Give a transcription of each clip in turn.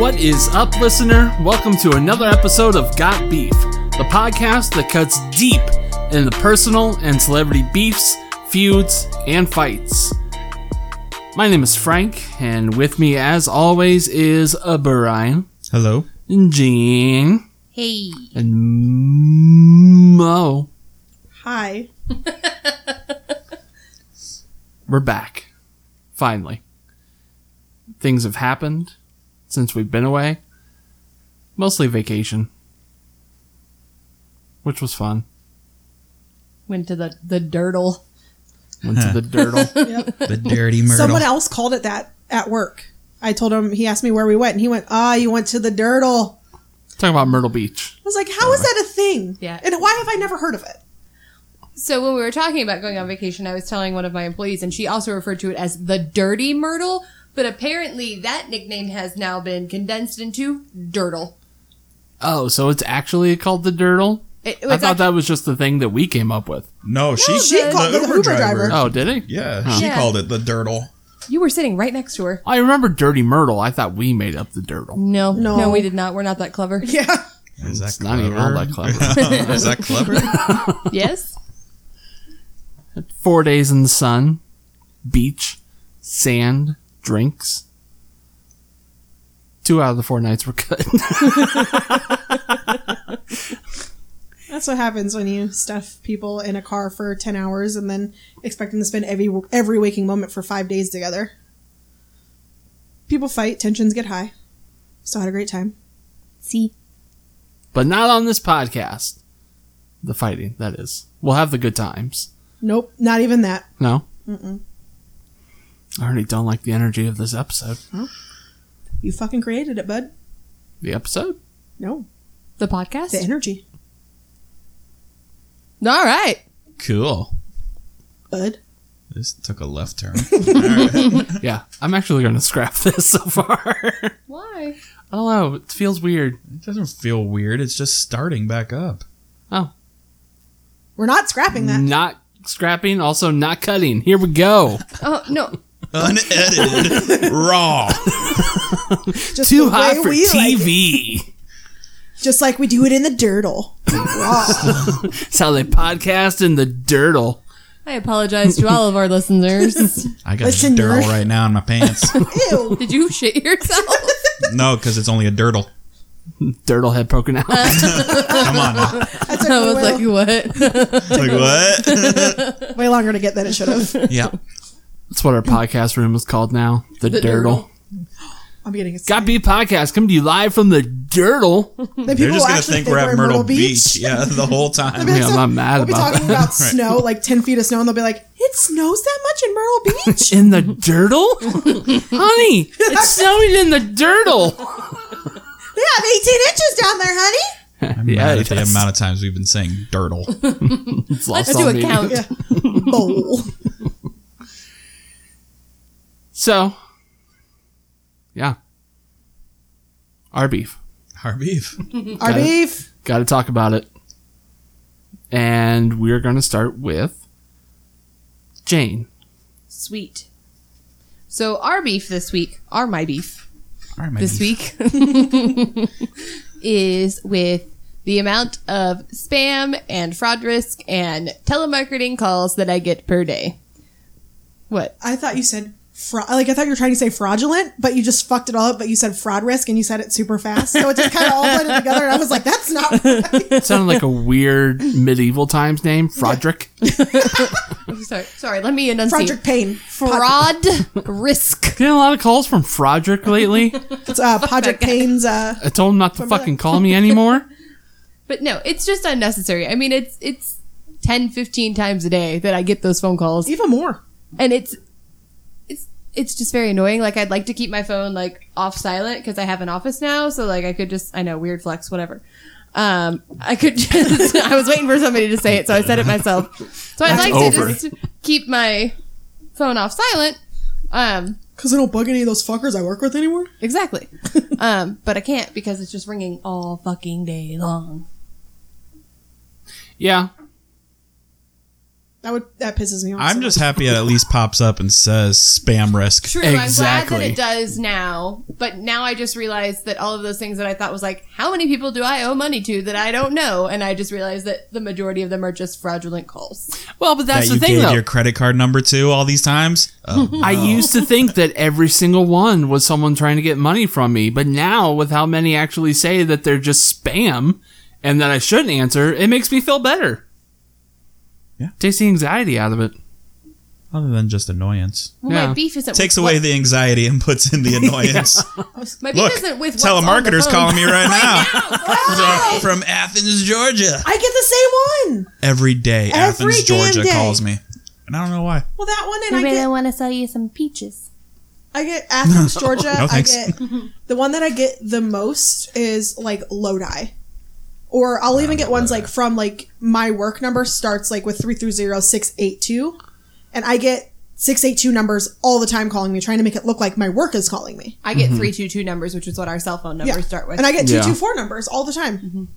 What is up, listener? Welcome to another episode of Got Beef, the podcast that cuts deep in the personal and celebrity beefs, feuds, and fights. My name is Frank, and with me, as always, is uh, Brian, Hello. Jean, Hey. and Mo. Hi. We're back. Finally. Things have happened since we've been away. Mostly vacation, which was fun. Went to the, the dirtle. Went to the dirtle. The dirty myrtle. Someone else called it that at work. I told him, he asked me where we went, and he went, Ah, you went to the dirtle. Talk about Myrtle Beach. I was like, "How is Uh-huh. that a thing? Yeah. And why have I never heard of it? So when we were talking about going on vacation, I was telling one of my employees, and she also referred to it as the dirty myrtle. But apparently, that nickname has now been condensed into dirtle. Oh, so it's actually called the dirtle? It, I thought that was just the thing that we came up with. No, she, she the, called it Uber, Uber driver. driver. Oh, did he? Yeah, she Yeah. called it the dirtle. you were sitting right next to her. I remember Dirty Myrtle. I thought we made up the dirtle. No, no, No. we did not. We're not that clever. Yeah. Is that It's not even all that clever. Is that clever? yes. Four days in the sun, beach, sand, drinks. Two out of the four nights were good. That's what happens when you stuff people in a car for 10 hours and then expect them to spend every, every waking moment for five days together. People fight, tensions get high. Still had a great time. See. but not on this podcast. The fighting, that is. We'll have the good times. Nope, not even that. No? Mm-mm. I already don't like the energy of this episode. You fucking created it, bud. The episode? No, The podcast? the energy. All right. Cool. Bud. this took a left turn. Yeah, I'm actually going to scrap this so far. I Why? don't know. It feels weird. It doesn't feel weird. It's just starting back up. Oh, We're not scrapping that. not scrapping, also not cutting. Here we go. Oh, no. Unedited, raw. Just Too the hot way for we like it. TV. Just like we do it in the dirtle. Raw. That's how they podcast in the dirtle. I apologize to all of our listeners. I got Listen, dirtle nerd. right now in my pants. Ew. Did you shit yourself? no, because it's only a dirtle. Dirtle head poking out. Uh. Come on. now. That took I was way, like, what? It's like what? way longer to get than it should have. yeah. That's what our podcast room is called now. The, The dirtle. dirtle. I'm getting excited. Got Beat Podcast coming to you live from the dirtle. Then They're just people will gonna actually think we're at Myrtle, Beach. They'll Yeah, the whole time. be like, Yeah, I'm so- not mad We'll be about talking that. about snow, like ten feet of snow, and they'll be like, "It snows that much in Myrtle Beach." In the dirtle? Honey, it's snowing in the dirtle. they have eighteen inches down there, honey. I'm mad at the that's- amount of times we've been saying dirtle. It's lost Let's do on a me. count. Bowl. So, yeah. Our beef. Our beef. Our Got it. beef. Got to talk about it. And we're going to start with Jane. Sweet. So our beef this week, our my beef All right, my this beef. week, is with the amount of spam and fraud risk and telemarketing calls that I get per day. What? I thought you said. Fra- like I thought you were trying to say fraudulent, but you just fucked it all up. But you said fraud risk, and you said it super fast, so it just kind of all blended together. And I was like, "That's not." It sounded like a weird medieval times name, Frodrick. I'm sorry, sorry. Let me enunciate. Project Pain. Fraud risk. Getting a lot of calls from Frodrick lately. It's, uh, Project Pain's. Uh, I told him not to fucking call me anymore. But no, it's just unnecessary. I mean, it's it's 10, 15 times a day that I get those phone calls. even more. and it's it's it's just very annoying like i'd like to keep my phone like off silent because i have an office now so like i could just i know weird flex whatever um i could just i was waiting for somebody to say it so i said it myself so i'd like over. to just keep my phone off silent um Because I don't bug any of those fuckers I work with anymore. exactly um but i can't because it's just ringing all fucking day long Yeah. That would that pisses me off. so I'm just much. happy it at least pops up and says spam risk. True. I'm glad Exactly. that it does now, but now I just realized that all of those things that I thought was like, how many people do I owe money to that I don't know? And I just realized that the majority of them are just fraudulent calls. Well, but that's that the you thing, gave though. your credit card number to all these times. Oh, I used to think that every single one was someone trying to get money from me, but now with how many actually say that they're just spam and that I shouldn't answer, it makes me feel better. Yeah. Takes the anxiety out of it. other than just annoyance, Well, Yeah. my beef isn't takes with away what- the anxiety and puts in the annoyance. my beef Look, isn't with telemarketer's calling me right now Right! from Athens, Georgia. I get the same one. Every day, Every Athens, damn Georgia day. calls me, and I don't know why. Well, that one, and I get want to sell you some peaches. I get Athens, Georgia. No, I thanks. get the one that I get the most is like Lodi. Or I'll even get ones like from like my work number starts like with three three zero six eight two, and I get six eight two numbers all the time calling me, trying to make it look like my work is calling me. I Hmm. get 322 numbers, which is what our cell phone numbers start with. Mm-hmm. And I get Yeah. two two four numbers all the time.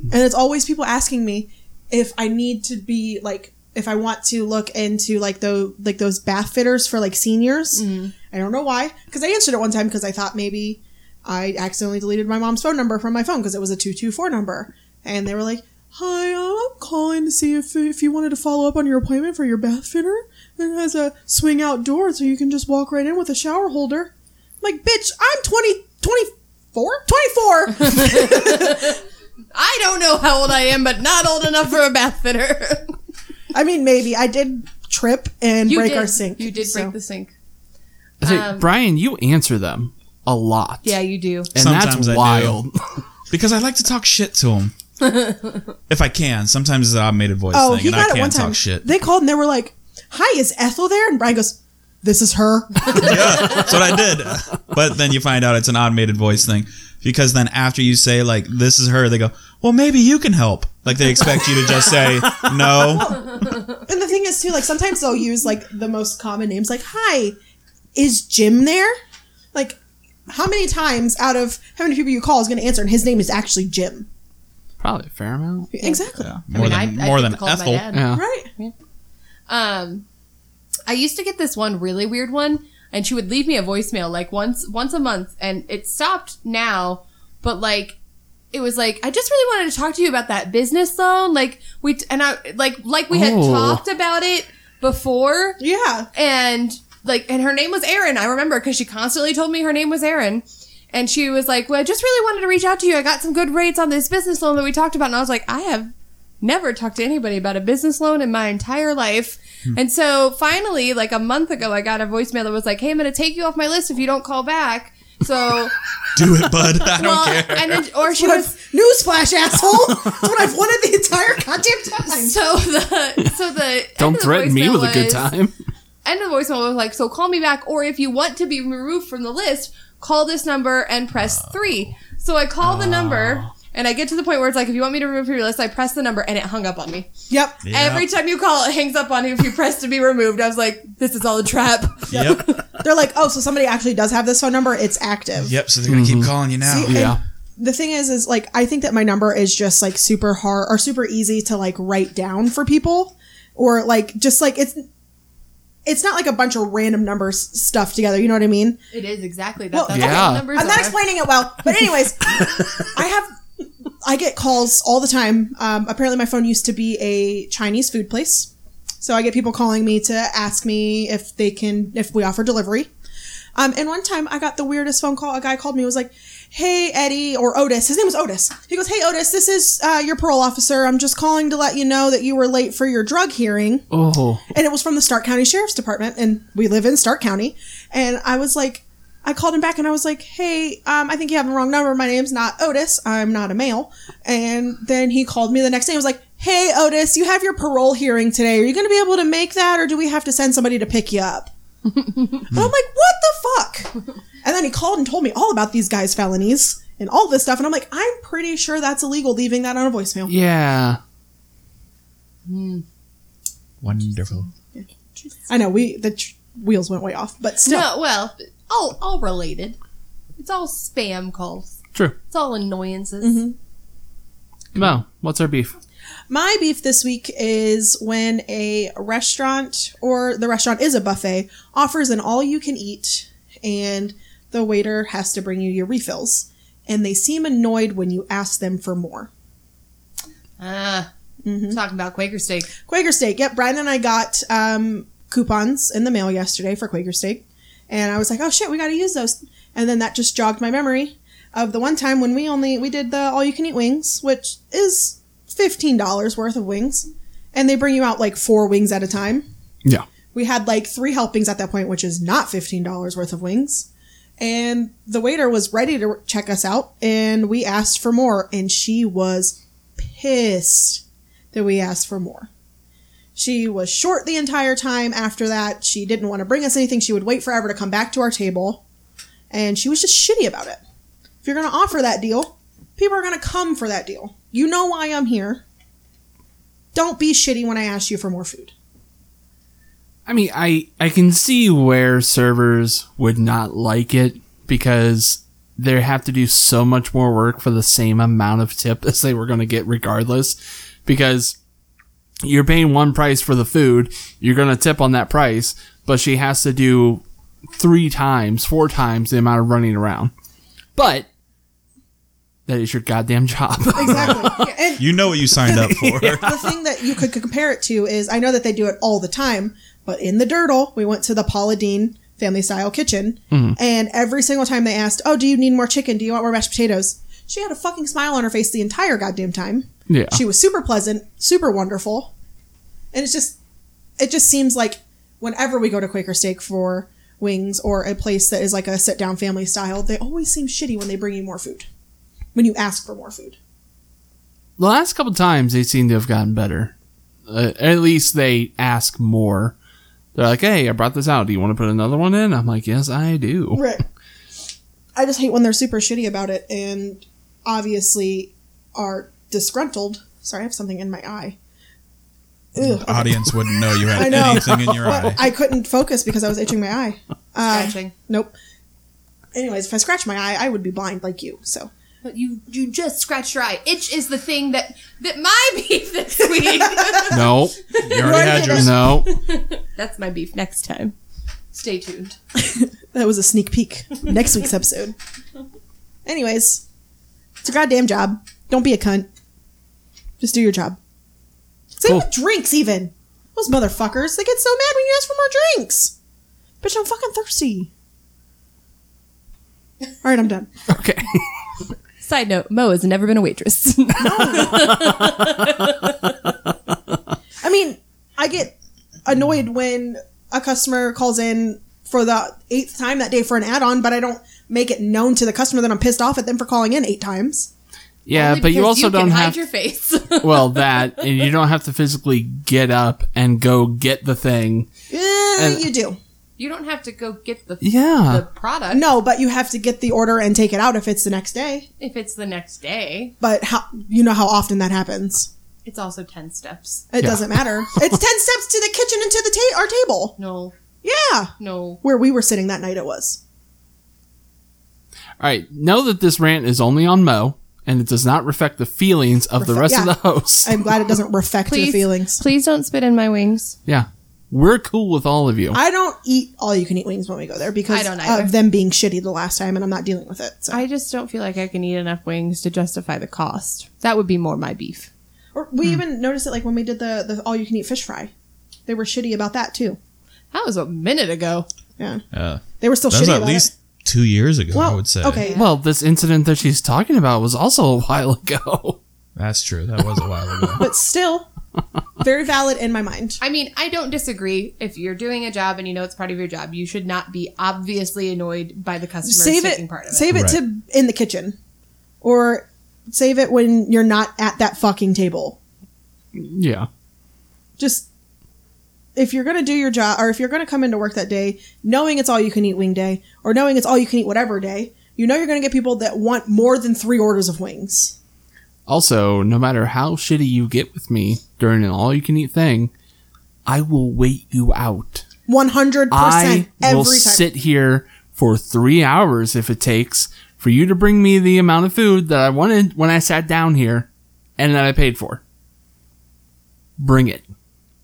And it's always people asking me if I need to be like if I want to look into like the like those bath fitters for like seniors. Mm-hmm. I don't know why because I answered it one time because I thought maybe I accidentally deleted my mom's phone number from my phone because it was a two two four number, and they were like. Hi, um, I'm calling to see if, if you wanted to follow up on your appointment for your bath fitter. It has a swing out door so you can just walk right in with a shower holder. I'm like, bitch, I'm 20, 24? 24! I don't know how old I am, but not old enough for a bath fitter. I mean, maybe. I did trip and break did. our sink. You did so- break the sink. I say, Um, Brian, you answer them a lot. Yeah, you do. And Sometimes I that's do. wild. Because I like to talk shit to him. if I can. Sometimes it's an automated voice Oh, thing, he and I got it one can't time. talk shit. They called and they were like, hi, is Ethel there? And Brian goes, this is her. That's what I did. But then you find out it's an automated voice thing. Because then after you say, like, this is her, they go, well, maybe you can help. Like, they expect you to just say, no. and the thing is, too, like, sometimes they'll use, like, the most common names, like, hi, is Jim there? Like, how many times out of how many people you call is going to answer, and his name is actually Jim? Probably a fair amount. Exactly. More I than, mean, I, more I than took the call to my Ethel. dad. Yeah. Right? Um, I used to get this one really weird one, and she would leave me a voicemail like once once a month, and it stopped now, but like it was like I just really wanted to talk to you about that business loan, like we t- and I like like we had Oh. talked about it before, Yeah. and like and her name was Erin. I remember because she constantly told me her name was Erin. And she was like, "Well, I just really wanted to reach out to you. I got some good rates on this business loan that we talked about." And I was like, "I have never talked to anybody about a business loan in my entire life." Hmm. And so finally, like a month ago, I got a voicemail that was like, "Hey, I'm going to take you off my list if you don't call back." So, Do it, bud. I don't well, care. and then or she was Newsflash, asshole! That's what I've wanted the entire goddamn time. so the so the end of Don't the threaten me voicemail with a good was, time. end of the voicemail was like, so call me back, or if you want to be removed from the list, call this number and press Oh. three. So I call the number and I get to the point where it's like, if you want me to remove from your list, I press the number and it hung up on me. Yep. Yeah. Every time you call, it hangs up on you if you press to be removed. I was like, this is all a trap. Yep. They're like, oh, so somebody actually does have this phone number. It's active. Yep. So they're going to keep calling you now. See, Yeah. and The thing is, is like, I think that my number is just like super hard or super easy to like write down for people, or like just like it's. It's not like a bunch of random numbers stuffed together. You know what I mean? It is exactly that. Well, That's okay. what Yeah. numbers I'm not are. explaining it well, but anyways, I have I get calls all the time. Um, apparently, my phone used to be a Chinese food place, so I get people calling me to ask me if they can if we offer delivery. Um, and one time, I got the weirdest phone call. A guy called me. He was like, "Hey, Eddie or Otis. His name was Otis. He goes, "Hey, Otis, this is uh, your parole officer. I'm just calling to let you know that you were late for your drug hearing." Oh. and it was from the Stark County Sheriff's Department, and we live in Stark County. And I was like, I called him back, and I was like, "Hey, um, I think you have the wrong number. My name's not Otis. I'm not a male." And then he called me the next day. and was like, "Hey, Otis, you have your parole hearing today. Are you going to be able to make that, or do we have to send somebody to pick you up?" and I'm like, "What the fuck?" And then he called and told me all about these guys' felonies and all this stuff, and I'm like, "I'm pretty sure that's illegal. Leaving that on a voicemail." Yeah. Wonderful. I know we the tr- wheels went way off, but still. No, well, all all related. It's all spam calls. True. Mm-hmm. It's all annoyances. Well, what's our beef? My beef this week is when a restaurant or the restaurant is a buffet offers an all you can eat and the waiter has to bring you your refills and they seem annoyed when you ask them for more. Mm-hmm. Ah, talking about Quaker steak. Quaker steak. Yep, Brian and I got um, coupons in the mail yesterday for Quaker steak, and I was like, "Oh shit, we got to use those." And then that just jogged my memory of the one time when we only we did the all you can eat wings, which is fifteen dollars worth of wings, and they bring you out like four wings at a time. Yeah. We had like three helpings at that point, which is not fifteen dollars worth of wings. And the waiter was ready to check us out, and we asked for more, and she was pissed that we asked for more. She was short the entire time after that. She didn't want to bring us anything. She would wait forever to come back to our table. And she was just shitty about it. If you're going to offer that deal, people are going to come for that deal. You know why I'm here. Don't be shitty when I ask you for more food. I mean, I I can see where servers would not like it because they have to do so much more work for the same amount of tip as they were going to get regardless because you're paying one price for the food, you're going to tip on that price, but she has to do three times, four times the amount of running around. But that is your goddamn job. Exactly. Yeah, and You know what you signed up for. the thing that you could compare it to is I know that they do it all the time, but in the Dirtle, we went to the Paula Dean family style kitchen, and every single time they asked, "Oh, do you need more chicken? Do you want more mashed potatoes?" She had a fucking smile on her face the entire goddamn time. Yeah. she was super pleasant, super wonderful, and it's just, it just seems like whenever we go to Quaker Steak for wings or a place that is like a sit down family style, they always seem shitty when they bring you more food, when you ask for more food. the last couple times they seem to have gotten better. Uh, at least they ask more. They're like, "Hey, I brought this out. Do you want to put another one in?" I'm like, "Yes, I do." Right. I just hate when they're super shitty about it and obviously are disgruntled. Sorry, I have something in my eye. Ugh. Audience wouldn't know you had I know. anything in your eye. I couldn't focus because I was itching my eye. Uh, Scratching. Nope. Anyways, if I scratch my eye, I would be blind like you. So But you you just scratched your eye. Itch is the thing that that my beef this week. No, You already had yours. no. That's my beef next time. Stay tuned. that was a sneak peek. Next week's episode. Anyways, it's a goddamn job. Don't be a cunt. Just do your job. Same Cool. with drinks, even. Those motherfuckers, they get so mad when you ask for more drinks. Bitch, I'm fucking thirsty. All right, I'm done. Okay. Side note: Mo has never been a waitress. I mean, I get annoyed when a customer calls in for the eighth time that day for an add on, but I don't make it known to the customer that I'm pissed off at them for calling in eight times. Yeah, but you also don't can have hide your face. well that, and you don't have to physically get up and go get the thing. Eh, And- you do. you don't have to go get the the Yeah, product No, but you have to get the order and take it out if it's the next day. if it's the next day. But how you know how often that happens? It's also ten steps. It Yeah. doesn't matter. it's ten steps to the kitchen and to the ta- our table. No, Yeah, no. where we were sitting that night, it was. All right, know that this rant is only on Mo, and it does not reflect the feelings of the Reflect- rest of yeah. the hosts. I'm glad it doesn't reflect your feelings. please don't spit in my wings. yeah, we're cool with all of you. I don't eat all you can eat wings when we go there because I don't either. of them being shitty the last time, and I'm not dealing with it. So I just don't feel like I can eat enough wings to justify the cost. That would be more my beef. or Hmm. we even noticed it like when we did the, the all you can eat fish fry. They were shitty about that too. That was a minute ago. Yeah, Uh, they were still that was shitty at about least it. two years ago, Well, I would say. okay, well, this incident that she's talking about was also a while ago. That's true. That was a while ago. but still very valid in my mind. I mean, I don't disagree. If you're doing a job and you know it's part of your job, you should not be obviously annoyed by the customer save taking it part of it. save it to in the kitchen or save it when you're not at that fucking table Yeah. just if you're gonna do your job or if you're gonna come into work that day knowing it's all you can eat wing day or knowing it's all you can eat whatever day you know you're gonna get people that want more than three orders of wings Also, no matter how shitty you get with me during an all you can eat thing, I will wait you out. 100% I every will time sit here for three hours if it takes for you to bring me the amount of food that I wanted when I sat down here and that I paid for. Bring it.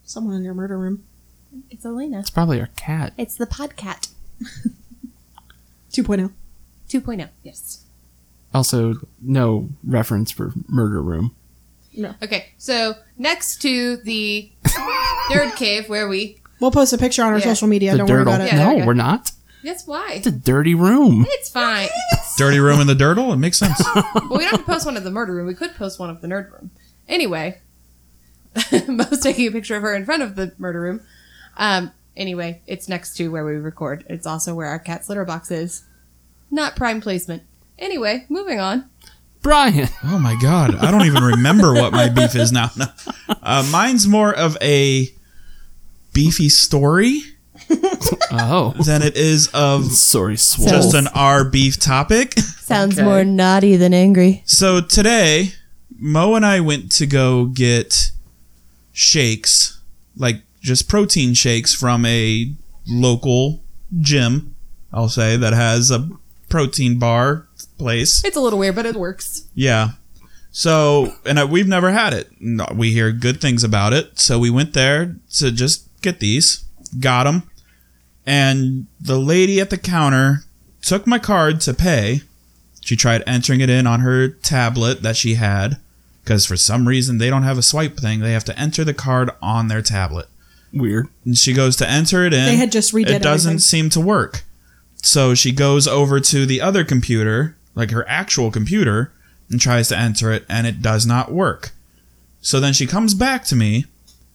Someone in your murder room. It's Elena. It's probably our cat. It's the podcat 2.0. 2.0. oh, Yes. Also, no reference for murder room. Okay, so next to the nerd cave where we. We'll post a picture on our Yeah. social media. the Don't worry dirtle. about it. Yeah. there we no, go. we're not. That's why. It's a dirty room. It's fine. Dirty room in the dirtle? It makes sense. Well, we don't have to post one of the murder room. We could post one of the nerd room. Anyway, Mo's taking a picture of her in front of the murder room. Um, anyway, it's next to where we record. It's also where our cat's litter box is. Not prime placement. Anyway, moving on. Brian. Oh my god, I don't even remember what my beef is now. No. Uh, mine's more of a beefy story Oh. than it is of Sorry, swole. just an R beef topic. Sounds more naughty than angry. So today, Mo and I went to go get shakes, like just protein shakes from a local gym, I'll say, that has a protein bar place. It's a little weird, but it works. Yeah. So, and I, we've never had it. No, we hear good things about it. So we went there to just get these, got them. And the lady at the counter took my card to pay. She tried entering it in on her tablet that she had because for some reason they don't have a swipe thing. They have to enter the card on their tablet. Weird. And she goes to enter it in. They had just redid It doesn't everything. seem to work. So she goes over to the other computer, like her actual computer, and tries to enter it, and it does not work. So then she comes back to me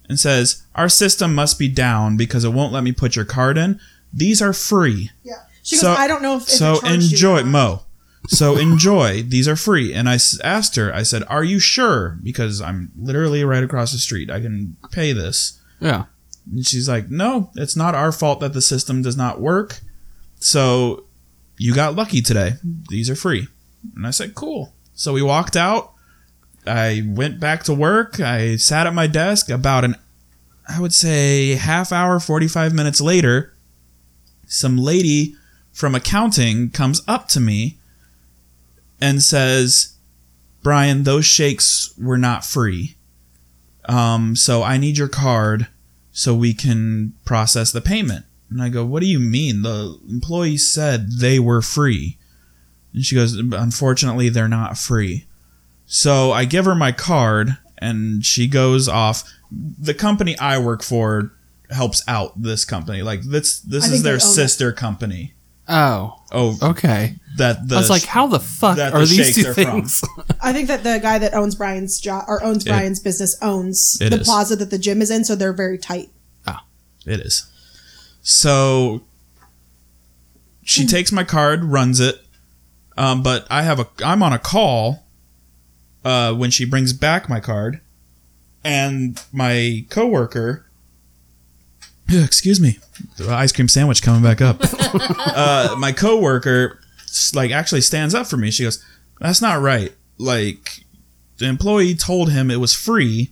and says, Our system must be down because it won't let me put your card in. These are free. Yeah. She goes, So- I don't know if, if it So charged you or enjoy, not." Mo. So enjoy. These are free. And I s- asked her, I said, Are you sure? Because I'm literally right across the street. I can pay this. Yeah. And she's like, No, it's not our fault that the system does not work. So you got lucky today. These are free. And I said, Cool. So we walked out. I went back to work. I sat at my desk about an, I would say, half hour, 45 minutes later. Some lady from accounting comes up to me and says, Brian, those shakes were not free. Um, so I need your card so we can process the payment. And I go, What do you mean? The employee said they were free. And she goes, Unfortunately, they're not free. So I give her my card and she goes off. The company I work for helps out this company. Like this I this think is their they own it. sister company. Oh. Oh Okay. that the I was like, how the fuck that are the these shakes two are from. things? I think that the guy that owns Brian's job or owns Brian's business owns It the is. plaza that the gym is in, so they're very tight. It is. So she takes my card, runs it, um, but I have a I'm on a call uh, when she brings back my card, and my coworker. Excuse me, the ice cream sandwich coming back up. uh, my coworker, s- like, actually stands up for me. She goes, "That's not right. Like, the employee told him it was free,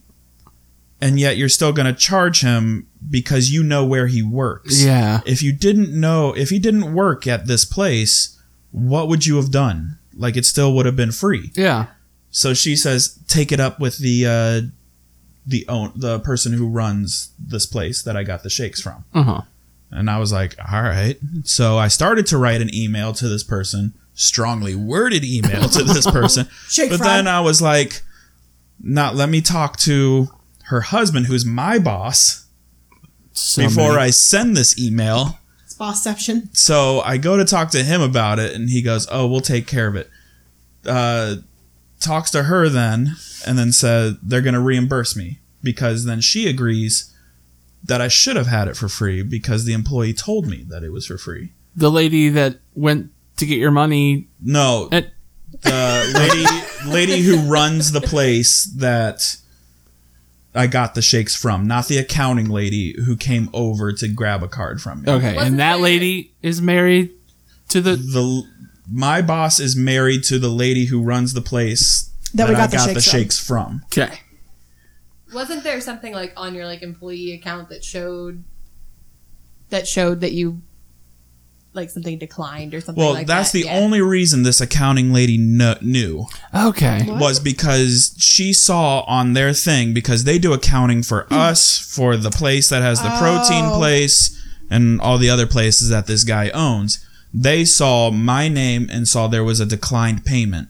and yet you're still going to charge him because you know where he works. yeah. If you didn't know, if he didn't work at this place, what would you have done? Like, it still would have been free. Yeah. So she says, take it up with the uh, the own the person who runs this place that I got the shakes from. Uh huh. And I was like, all right. So I started to write an email to this person, strongly worded email to this person. Shake but fry. then I was like, not let me talk to her husband, who's my boss, before I send this email. It's bossception. So I go to talk to him about it, and he goes, oh, we'll take care of it. Uh, talks to her then, and then said, they're going to reimburse me because then she agrees that I should have had it for free because the employee told me that it was for free. the lady that went to get your money. No, It- the lady lady who runs the place that I got the shakes from, not the accounting lady who came over to grab a card from me. Okay, Wasn't and that there- lady is married to the. The my boss is married to the lady who runs the place That we I got the shakes from. from. Okay. Wasn't there something like on your like employee account that showed that showed that you like something declined or something. Well, like that's that. the Yeah. only reason this accounting lady kn- knew Okay. What? was because she saw on their thing because they do accounting for us for the place that has the protein Hmm. Oh. place and all the other places that this guy owns. They saw my name and saw there was a declined payment.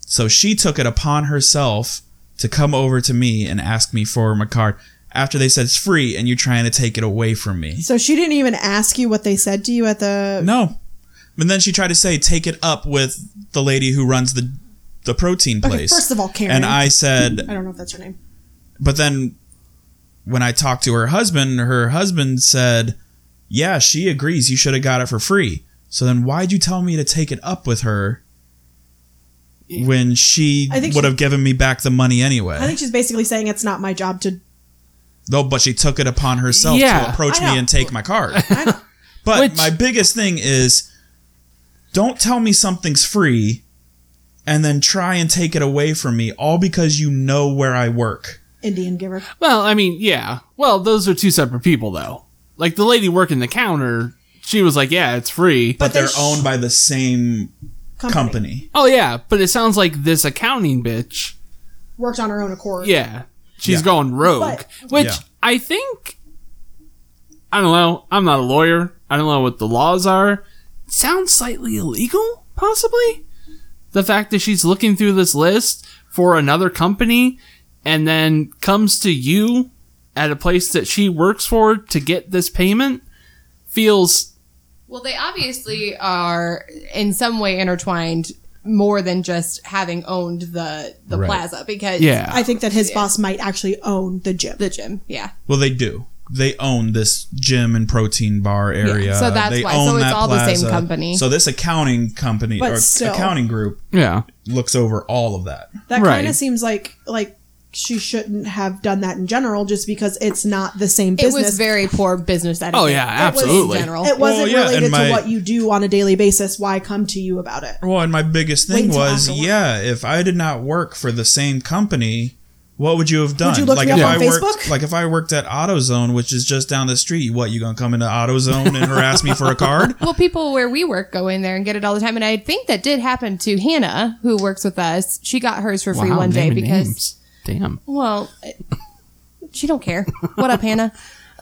So she took it upon herself to come over to me and ask me for my card after they said it's free and you're trying to take it away from me. So she didn't even ask you what they said to you at the. No. And then she tried to say, take it up with the lady who runs the the protein Okay, place. first of all, Karen. and I said, I don't know if that's her name. but then when I talked to her husband, her husband said, yeah, she agrees. You should have got it for free. So then why'd you tell me to take it up with her when she I think would she- have given me back the money I anyway? think she's basically saying it's not my job to. No, but she took it upon herself Yeah. to approach I me know. and take my card. I, But Which- my biggest thing is don't tell me something's free and then try and take it away from me all because you know where I work. Indian giver. Well, I mean, yeah. Well, those are two separate people, though. Like the lady working the counter, she was like, "Yeah, it's free." But, But they they're sh- owned by the same Company. company. oh yeah, but it sounds like this accounting bitch. Worked on her own accord. Yeah, she's Yeah. going rogue, But- which Yeah. I think. I don't know. I'm not a lawyer. I don't know what the laws are. Sounds slightly illegal, possibly. The fact that she's looking through this list for another company and then comes to you at a place that she works for to get this payment feels Well, they obviously are in some way intertwined more than just having owned the the Right. plaza because yeah. I think that his boss might actually own the gym. the gym, yeah. Well, they do. They own this gym and protein bar area. so that's They why. So own it's that all the same company. So this accounting company But or still. accounting group yeah. looks over all of that. That Right. kind of seems like like she shouldn't have done that in general, just because it's not the same It business. was very poor business etiquette. Oh, yeah, It was absolutely. In general. It wasn't Well, yeah, related and my- to what you do on a daily basis. Why come to you about it? Well, and my biggest thing Wait till was, after work. yeah, if I did not work for the same company, what would you have done? you look like me if up I on worked, Facebook? like if I worked at AutoZone, which is just down the street, what you gonna come into AutoZone and harass me for a card? Well, people where we work go in there and get it all the time, and I think that did happen to Hannah, who works with us. She got hers for free Wow, one day naming because, names. damn. well, it- she don't care. What up, Hannah?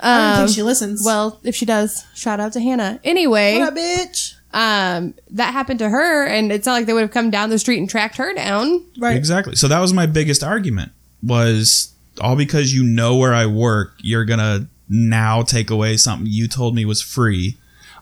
I don't Um, think she listens. well, if she does, shout out to Hannah. Anyway, what a bitch. um, that happened to her, and it's not like they would have come down the street and tracked her down. Right. Exactly. So that was my biggest argument was all because you know where I work, you're gonna now take away something you told me was free.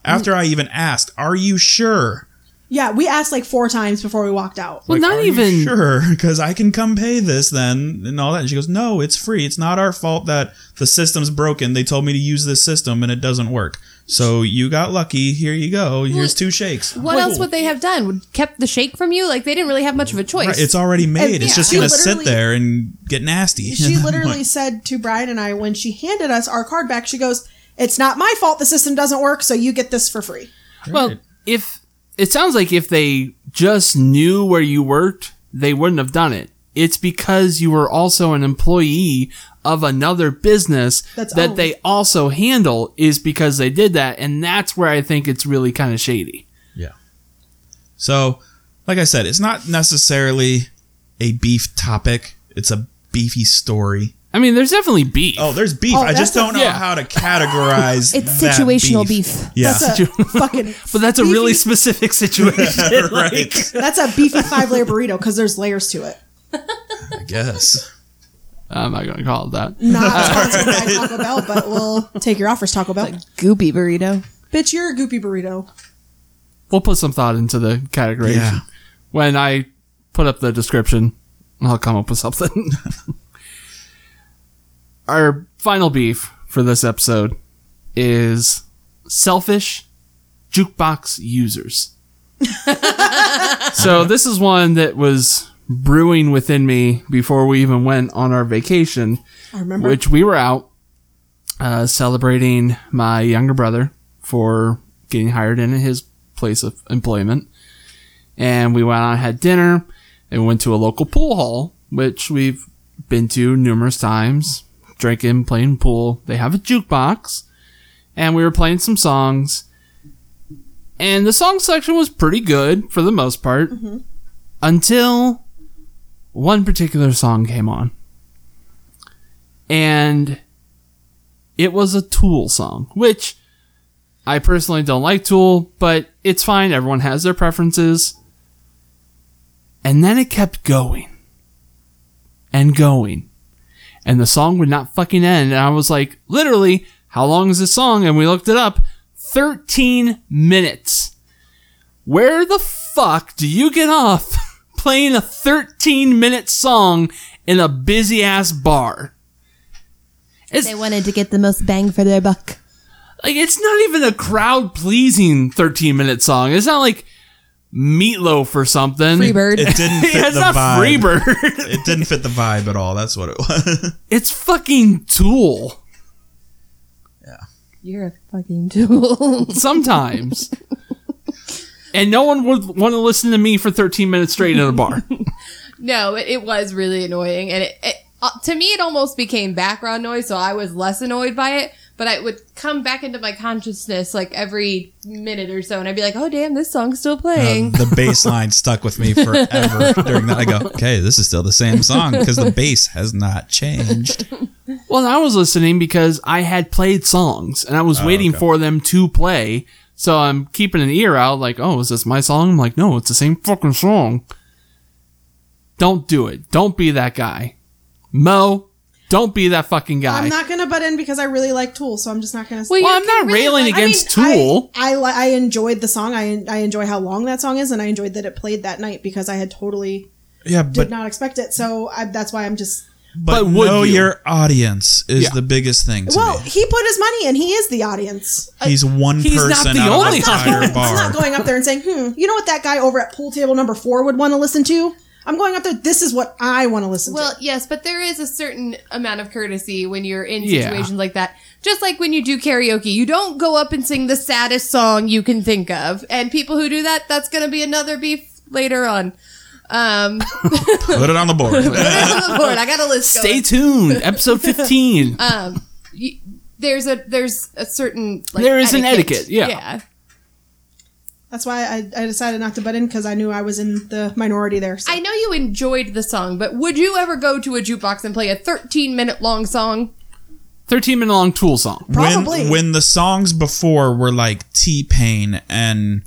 After I even asked, "Are you sure?" Yeah, we asked like four times before we walked out. Well, Are not you even sure because I can come pay this then and all that. And she goes, no, it's free. It's not our fault that the system's broken. They told me to use this system and it doesn't work. So you got lucky. Here you go. Here's two shakes. What else would they have done? Kept the shake from you? Like they didn't really have much of a choice. Right, it's already made. yeah. It's just She gonna sit literally- there and get nasty. She literally said to Brian and I when she handed us our card back, she goes, "It's not my fault. The system doesn't work, so you get this for free." Well, if it sounds like if they just knew where you worked, they wouldn't have done it. It's because you were also an employee of another business That's that owned. they also handle is because they did that and that's where I think it's really kind of shady. yeah. So, like I said, it's not necessarily a beef topic. It's a beefy story. I mean, there's definitely beef. Oh, there's beef. Oh, I just that's a- don't know Yeah. how to categorize. It's that situational beef. Yeah. That's a fucking. but that's a beefy- really specific situation. right. That's a beefy five layer burrito because there's layers to it. I guess. I'm not going to call it that. Not sponsored by Taco Bell, but we'll take your offers, Taco Bell. Goopy burrito. Bitch, you're a goopy burrito. We'll put some thought into the categorization. Yeah. When I put up the description, I'll come up with something. Our final beef for this episode is selfish jukebox users. so this is one that was brewing within me before we even went on our vacation I remember. which we were out uh, celebrating my younger brother for getting hired into his place of employment. And we went out, had dinner, and went to a local pool hall, which we've been to numerous times, drinking, playing pool. They have a jukebox, and we were playing some songs. And the song section was pretty good for the most part until one particular song came on. And it was a Tool song, which I personally don't like Tool, but it's fine. Everyone has their preferences. And then it kept going and going. And the song would not fucking end. And I was like, literally, how long is this song? And we looked it up 13 minutes. Where the fuck do you get off playing a 13 minute song in a busy ass bar? It's, They wanted to get the most bang for their buck. like it's not even a crowd pleasing 13 minute song. It's not like meatloaf or something. Freebird. It didn't fit Yeah, it's the not vibe. Freebird. It didn't fit the vibe at all. That's what it was. it's fucking Tool. You're a fucking tool. Sometimes. and no one would want to listen to me for 13 minutes straight in a bar. no, it, it was really annoying, and it, it uh, to me it almost became background noise, so I was less annoyed by it. But I would come back into my consciousness like every minute or so, and I'd be like, "Oh damn, this song's still Uh, Um, playing." the bass line stuck with me forever during that. I go, okay, this is still the same song because the bass has not changed. Well, I was listening because I had played songs and I was waiting okay. for them to play. So I'm keeping an ear out, like, oh, is this my song? I'm like, no, it's the same fucking song. Don't do it. Don't be that guy. Mo, don't be that fucking guy. I'm not gonna butt in because I really like Tool, so I'm just not gonna. well, you I'm not can really, railing like- I against I- Tool. I, li I enjoyed the song. I I enjoy how long that song is, and I enjoyed that it played that night because I had totally Yeah, did but not expect it. So I, that's why I'm just. but, But would know you? your audience is Yeah. the biggest thing to Well, me. he put his money in. He is the audience. He's one He's not person the out only of an entire audience. It's bar. not going up there and saying, "Hmm, you know what that guy over at pool table number four would want to listen to." I'm going up there. This is what I want to listen Well, to. yes, but there is a certain amount of courtesy when you're in Yeah. situations like that. Just like when you do karaoke, you don't go up and sing the saddest song you can think of. And people who do that, that's going to be another beef later on. Um, Put it on the board. Lord, I got a list. Stay going. tuned. Episode 15. Uh, You- there's a there's a certain like, There is an etiquette, yeah. That's why I, I decided not to butt in because I knew I was in the minority there. So. I know you enjoyed the song, but would you ever go to a jukebox and play a 13 minute long song? 13 minute long Tool song. Probably. When, when the songs before were like T Pain and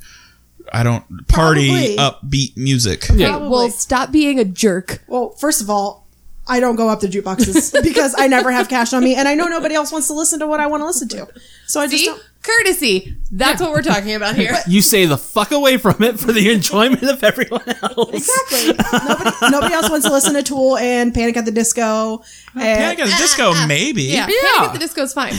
I don't party Probably. upbeat music. Yeah. Okay, well, stop being a jerk. Well, first of all, I don't go up to jukeboxes because I never have cash on me, and I know nobody else wants to listen to what I want to listen to. So I just See? don't. Courtesy. That's what we're talking about here. You stay the fuck away from it for the enjoyment of everyone else. Exactly. nobody, nobody else wants to listen to Tool and Panic at the Oh, Disco Yeah, I and, guess disco ah, maybe. Yeah, Yeah. Panic at the Disco's fine.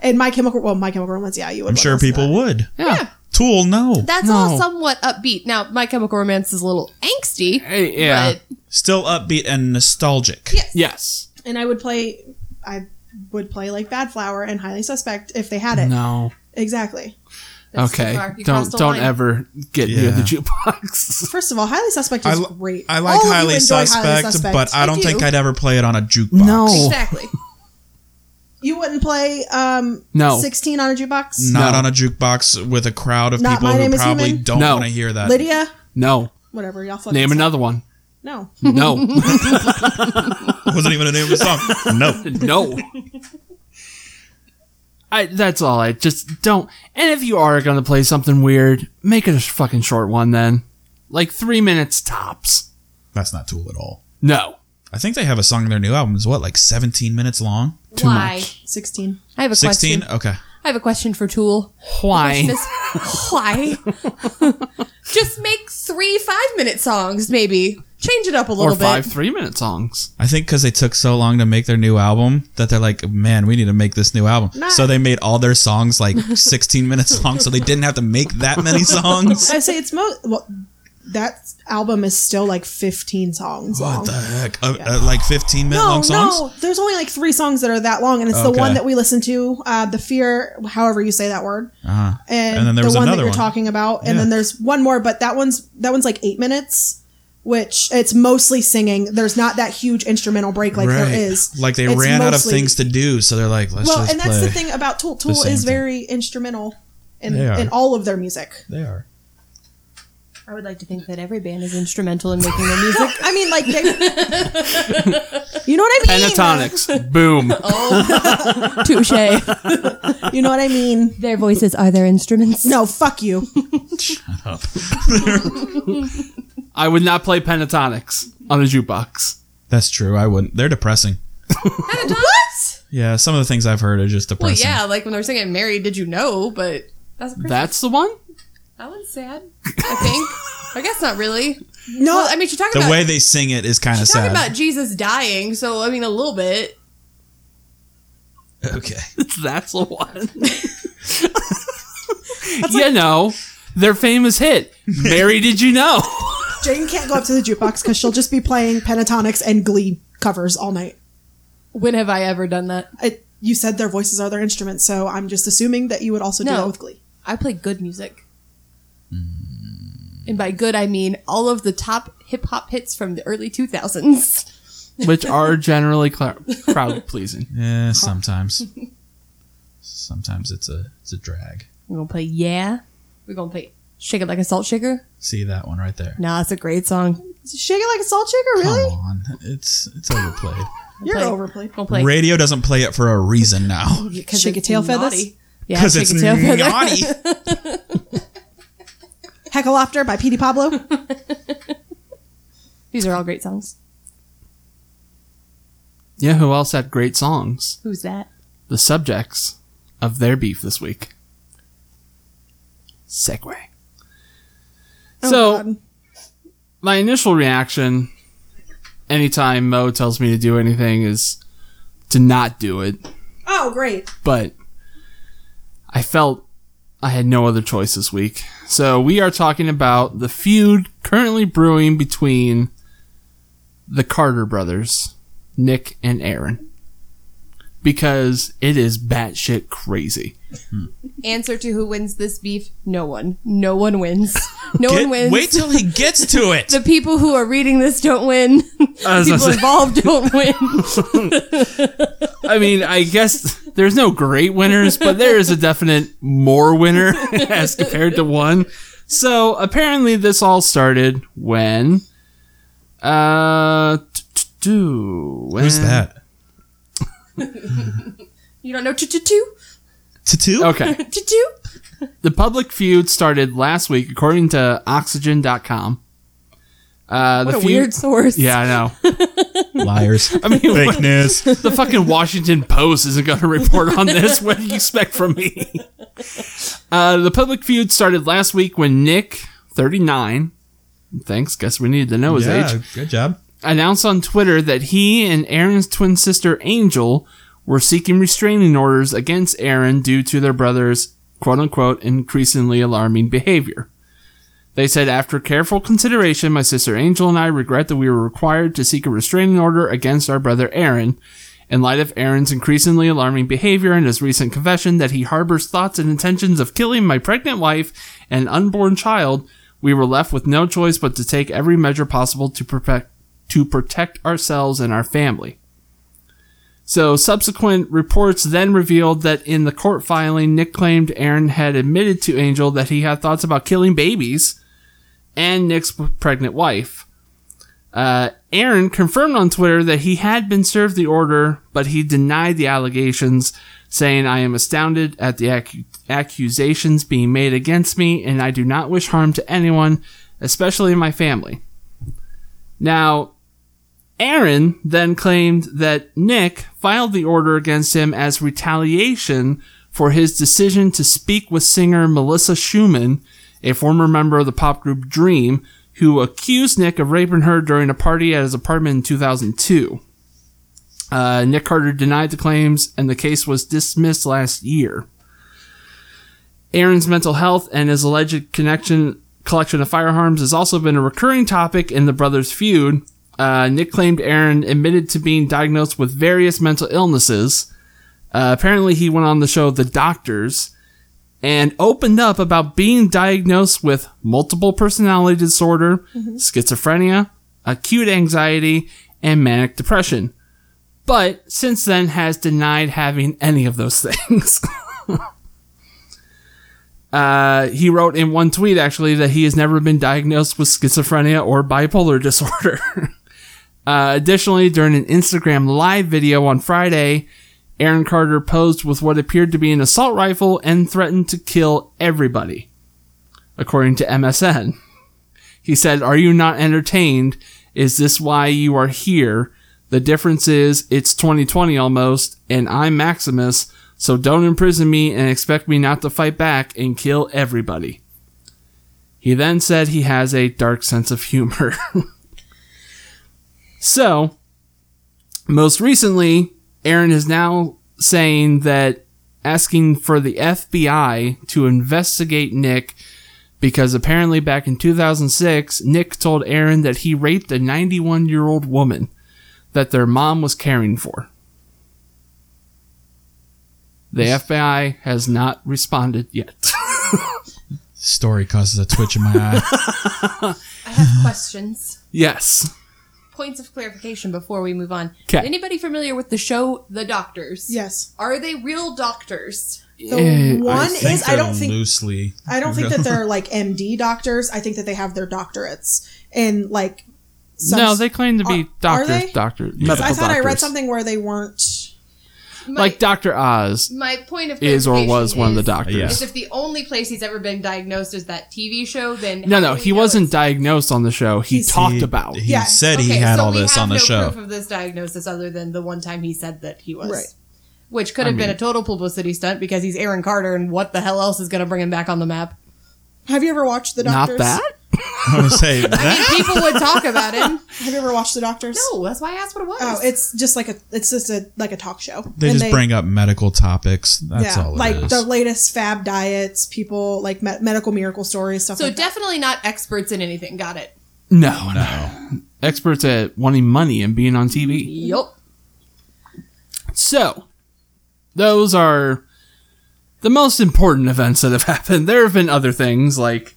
and My Chemical. Well, My Chemical Romance. Yeah, you would. I'm sure people would. Yeah. Tool, no. That's No. all somewhat upbeat. Now, My Chemical Romance is a little angsty. Hey, Uh, yeah. But Still upbeat and nostalgic. Yes. And I would play. I would play like Bad Flower and Highly Suspect if they had it. No. Exactly. that's too okay. far. You Don't crossed the don't line. ever get near the Yeah. jukebox. First of all, Highly Suspect is li- great. I like All of you highly enjoy Highly suspect, but I I don't do. think I'd ever play it on a jukebox. No. Exactly. you wouldn't play um, No. sixteen on a jukebox. Not No. on a jukebox with a crowd of Not people My Name who Is probably Human? don't No. want to hear that. Lydia, No. whatever y'all fucking Name suck. another one. No, No. wasn't even the name of the song. No. no. I that's all I just don't and if you are gonna play something weird, make it a fucking short one then. Like three minutes tops. That's not Tool at all. No. I think they have a song in their new album. It's what, like 17 minutes long? Too Why? much. sixteen. I have a 16? question. Okay. I have a question for Tool. Why? Miss- Why? Just make three five minute songs, maybe. Change it up a little Or bit. five three minute songs. I think because they took so long to make their new album that they're like, man, we need to make this new album. So they made all their songs like 16 minutes long, so they didn't have to make that many songs. I say it's most. Well, that album is still like fifteen songs. long. What the heck? Uh, uh, like 15 minute no, long songs? no. There's only like three songs that are that long, and it's Okay. the one that we listened to, uh, the fear, however you say that word, Uh-huh. and, And then there was the one that another you're one. talking about, Yeah. and then there's one more, but that one's that one's like eight minutes, which it's mostly singing. There's not that huge instrumental break like there is. Like they It's ran out of mostly- things to do, so they're like, let's Well, just and that's play. the thing about Tool. Tool same is thing. very instrumental in, They are. in all of their music. They are. I would like to think that every band is instrumental in making their music. I mean, like, they, you know what I mean? Pentatonics. Boom. Oh. Touche. You know what I mean? Their voices are their instruments. No, fuck you. I would not play pentatonics on a jukebox. That's true. I wouldn't. They're depressing. What? Yeah, some of the things I've heard are just Well, depressing. yeah, like when they were singing "Mary, Did You Know?" But that's pretty, That's the one? that one's sad. I think. I guess not really. No, Well, I mean, she's talking The about way they sing it is kind of she's talking sad. about Jesus dying. So I mean, a little bit. okay. That's the one. you know, their famous hit, Mary Did You Know? Jane can't go up to the jukebox because she'll just be playing pentatonics and glee covers all night. When have I ever done that? I, you said their voices are their instruments, so I'm just assuming that you would also do No. that with glee. I play good music. And by good, I mean all of the top hip hop hits from the early 2000s. Which are generally cl- crowd pleasing. Yeah, Eh, sometimes. sometimes it's a it's a drag. We're going to play Yeah. We're going to play Shake It Like a Salt Shaker. See that one right there. Nah, it's a great song. Shake it like a salt shaker, really? Come on, it's it's overplayed. You're Play- overplayed. We're going to play Radio doesn't play it for a reason now because Shake it's Your Tail Feathers? naughty. Yeah, because Shake it's Your Tail Feathers. naughty. Heckalopter by Petey Pablo. These are all great songs. Yeah, who else had great songs? Who's that? The subjects of their beef this week. Segway. Oh, so, God. my initial reaction anytime Mo tells me to do anything is to not do it, oh, great. but I felt I had no other choice this week. So we are talking about the feud currently brewing between the Carter brothers, Nick and Aaron. Because it is batshit crazy. Answer to who wins this beef? No one. No one wins. No one Get- wins. Wait till he gets to it. the people who are reading this don't win. The was gonna people say- involved don't win. I mean, I guess there's no great winners, but there is a definite more winner as compared to one. So apparently, this all started when. Uh, t- t- do when, Who's that? You don't know choo choo choo Tattoo? Okay, choo choo. the public feud started last week, according to Oxygen.com. Uh, What the a feud- weird source. Yeah, I know. Liars. I mean, fake news. The fucking Washington Post isn't going to report on this. What do you expect from me? Uh, the public feud started last week when Nick, 39, thanks, guess we needed to know his yeah, age, good job. announced on Twitter that he and Aaron's twin sister Angel were seeking restraining orders against Aaron due to their brother's quote unquote increasingly alarming behavior. They said, after careful consideration, my sister Angel and I regret that we were required to seek a restraining order against our brother Aaron. In light of Aaron's increasingly alarming behavior and his recent confession that he harbors thoughts and intentions of killing my pregnant wife and unborn child, we were left with no choice but to take every measure possible to protect to protect ourselves and our family. So, subsequent reports then revealed that in the court filing, Nick claimed Aaron had admitted to Angel that he had thoughts about killing babies and Nick's pregnant wife. Uh, Aaron confirmed on Twitter that he had been served the order, but he denied the allegations, saying, I am astounded at the accu- accusations being made against me, and I do not wish harm to anyone, especially my family. Now, Aaron then claimed that Nick filed the order against him as retaliation for his decision to speak with singer Melissa Schumann, a former member of the pop group Dream, who accused Nick of raping her during a party at his apartment in 2002. Uh, Nick Carter denied the claims, and the case was dismissed last year. Aaron's mental health and his alleged connection collection of firearms has also been a recurring topic in the brothers' feud. Uh, Nick claimed Aaron admitted to being diagnosed with various mental illnesses. Uh, apparently, he went on the show The Doctors and opened up about being diagnosed with multiple personality disorder, schizophrenia, acute anxiety, and manic depression. But since then, has denied having any of those things. Uh, he wrote in one tweet actually that he has never been diagnosed with schizophrenia or bipolar disorder. uh, additionally, during an Instagram live video on Friday, Aaron Carter posed with what appeared to be an assault rifle and threatened to kill everybody, according to MSN. He said, Are you not entertained? Is this why you are here? The difference is it's 2020 almost, and I'm Maximus, so don't imprison me and expect me not to fight back and kill everybody. He then said he has a dark sense of humor. so, most recently, Aaron is now saying that asking for the FBI to investigate Nick because apparently back in 2006, Nick told Aaron that he raped a 91 year old woman that their mom was caring for. The FBI has not responded yet. Story causes a twitch in my eye. I have questions. yes. Points of clarification before we move on. 'Kay. Anybody familiar with the show The Doctors? Yes. Are they real doctors? The Eh, one is I don't they're think loosely. I don't think that they're like MD doctors. I think that they have their doctorates and like some no, they claim to be Are- are doctors, they? doctors, I medical thought I read doctors. something where they weren't. My, like Dr. Oz my point of is or clarification was one of the is- doctors. Yeah. is if the only place he's ever been diagnosed is that TV show, then No, how no, do we he know wasn't it's- diagnosed on the show. He He's- talked He- about. He Yeah. said he Okay, had so all we this have on the no show. Proof of this diagnosis, other than the one time he said that he was, Right. which could I have been mean- a total publicity stunt because he's Aaron Carter, and what the hell else is going to bring him back on the map? Have you ever watched the Not doctors? that. I was saying I that. mean, people would talk about him. Have you ever watched the doctors? No, that's why I asked what it was. Oh, it's just like a it's just a like a talk show. They And just bring up medical topics. That's all. it like is. the latest fab diets, people like me- medical miracle stories, stuff so like that. definitely not experts in anything. Got it. No, no. no. Experts at wanting money and being on TV. Yup. So, those are the most important events that have happened. There have been other things like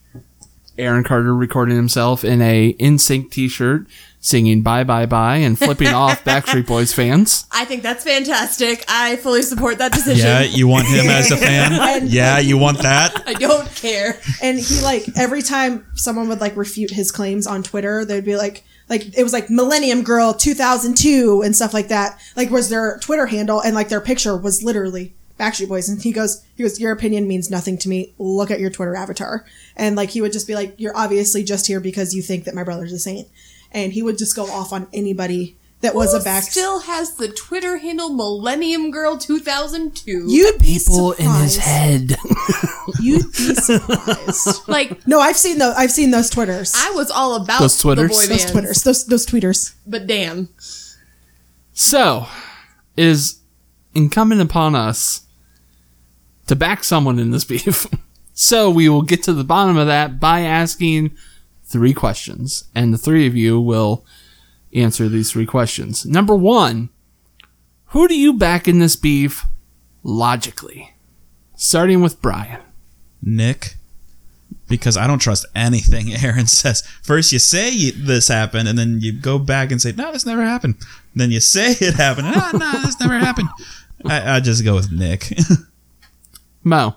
Aaron Carter recording himself in a InSync t-shirt singing "Bye Bye Bye" and flipping off Backstreet Boys fans. I think that's fantastic. I fully support that decision. Yeah, you want him as a fan? Yeah, you want that? I don't care. And he like every time someone would like refute his claims on Twitter, they'd be like like it was like Millennium Girl 2002 and stuff like that. Like was their Twitter handle and like their picture was literally Backstreet Boys and he goes he goes your opinion means nothing to me. Look at your Twitter avatar. And like he would just be like you're obviously just here because you think that my brother's a saint. And he would just go off on anybody that was a back Still has the Twitter handle Millennium Girl 2002. You'd be People in his surprised. head. You'd be surprised. like no, I've seen those. I've seen those twitters. I was all about Those the Twitters? boy those bands, twitters. Those those tweeters. but damn, So, it is incumbent upon us to back someone in this beef. so, we will get to the bottom of that by asking three questions. And the three of you will answer these three questions. Number one Who do you back in this beef logically? Starting with Brian. Nick. Because I don't trust anything Aaron says. First, you say you, this happened, and then you go back and say, "No, this never happened." Then you say it happened. No, no, this never happened. I, I just go with Nick. Mo.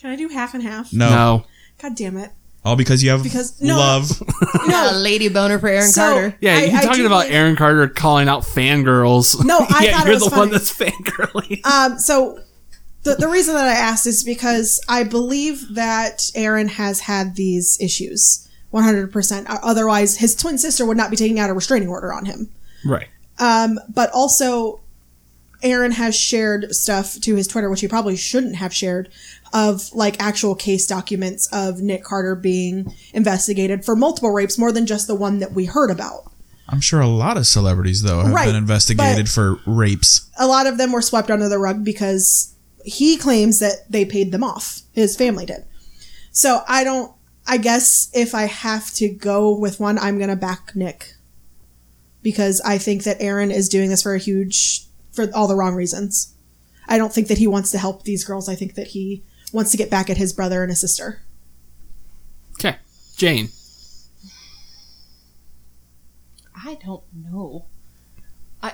Can I do half and half? no. No. God damn it. all because you have Because- no. love. not a Uh, lady boner for Aaron So- Carter. Yeah, I- you're I talking do about believe- Aaron Carter calling out fangirls. No, I yeah, thought it you're was the one funny. that's fangirling. Um, so the, the reason that I asked is because I believe that Aaron has had these issues 100%. O- Otherwise, his twin sister would not be taking out a restraining order on him. right. Um, but also, Aaron has shared stuff to his Twitter, which he probably shouldn't have shared, of like actual case documents of Nick Carter being investigated for multiple rapes, more than just the one that we heard about. I'm sure a lot of celebrities though have Right, been investigated but- for rapes. a lot of them were swept under the rug because he claims that they paid them off. His family did. So I don't. I guess if I have to go with one, I'm gonna back Nick because I think that Aaron is doing this for a huge, for all the wrong reasons. I don't think that he wants to help these girls. I think that he wants to get back at his brother and his sister. Okay. Jane. I don't know. I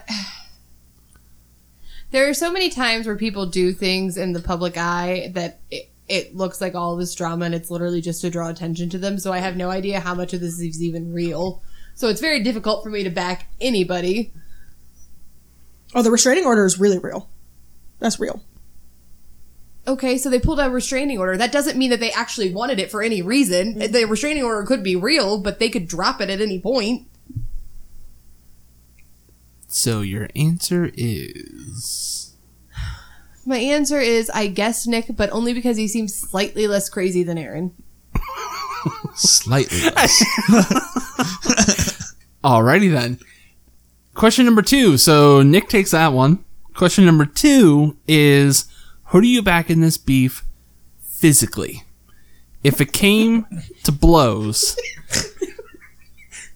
there are so many times where people do things in the public eye that it, it looks like all this drama and it's literally just to draw attention to them. So I have no idea how much of this is even real. So it's very difficult for me to back anybody. Oh, the restraining order is really real. That's real. Okay, so they pulled out a restraining order. That doesn't mean that they actually wanted it for any reason. Mm-hmm. The restraining order could be real, but they could drop it at any point. So your answer is My answer is I guess Nick, but only because he seems slightly less crazy than Aaron. Slightly less. alrighty then. Question number two. So Nick takes that one. Question number two is who do you back in this beef physically? If it came to blows,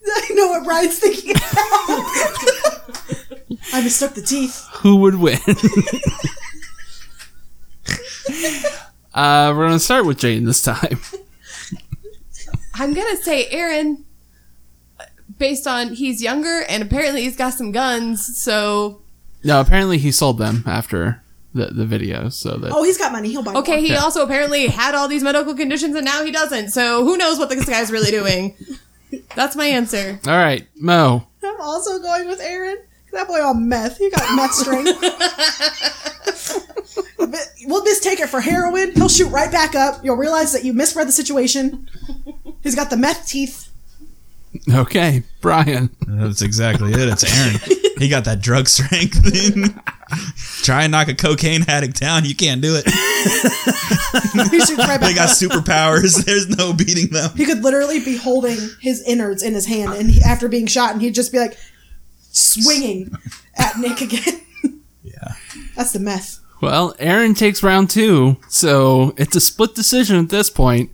I know what Ryan's thinking I mistook the teeth. who would win? uh, we're gonna start with Jane this time. I'm gonna say Aaron, based on he's younger and apparently he's got some guns. So No, apparently he sold them after the the video, so that Oh, he's got money. He'll buy okay, more. he Yeah. also apparently had all these medical conditions and now he doesn't. So who knows what this guy's really doing? That's my answer. all right, Mo. I'm also going with Aaron. That boy on meth. He got meth strength. But we'll mistake it for heroin. He'll shoot right back up. You'll realize that you misread the situation. He's got the meth teeth. Okay, Brian. That's exactly it. It's Aaron. He got that drug strength. Try and knock a cocaine addict down. You can't do it. He shoots right They back got up. superpowers. There's no beating them. He could literally be holding his innards in his hand, and he, after being shot, and he'd just be like swinging at Nick again. Yeah. That's the meth. Well, Aaron takes round two, so it's a split decision at this point.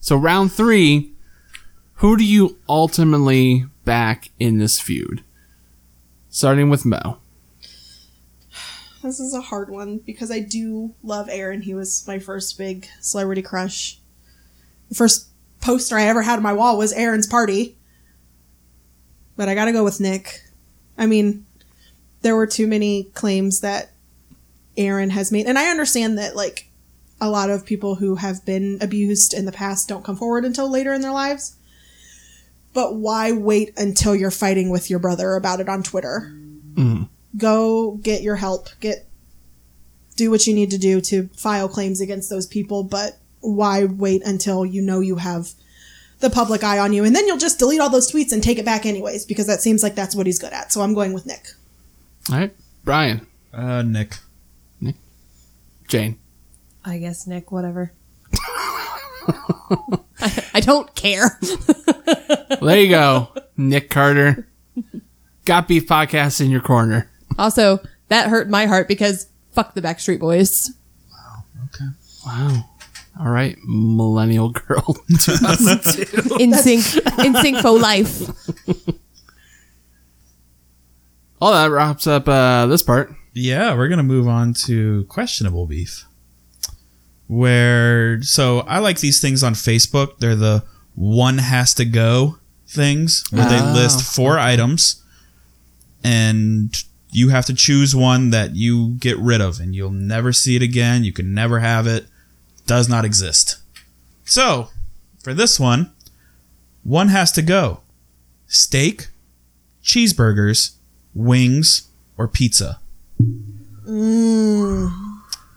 So round three, who do you ultimately back in this feud? Starting with Mo. This is a hard one because I do love Aaron. He was my first big celebrity crush. The first poster I ever had on my wall was Aaron's party. But I gotta go with Nick. I mean, there were too many claims that Aaron has made. And I understand that, like, a lot of people who have been abused in the past don't come forward until later in their lives. But why wait until you're fighting with your brother about it on Twitter? go get your help get do what you need to do to file claims against those people but why wait until you know you have the public eye on you and then you'll just delete all those tweets and take it back anyways because that seems like that's what he's good at so i'm going with nick All right, Brian, Uh, Nick. Jane. I guess Nick, whatever. I, I don't care. Well, there you go, Nick Carter. Got Beef Podcast in your corner. also, that hurt my heart because fuck the Backstreet Boys. Okay. Wow. All right, Millennial Girl 2002. In sync, in sync for life. All that wraps up uh, this part. Yeah, we're gonna move on to questionable beef. Where so I like these things on Facebook. They're the one has to go things where they Oh. list four items and you have to choose one that you get rid of and you'll never see it again. You can never have it. Does not exist. So for this one, one has to go. Steak, cheeseburgers, wings, or pizza. And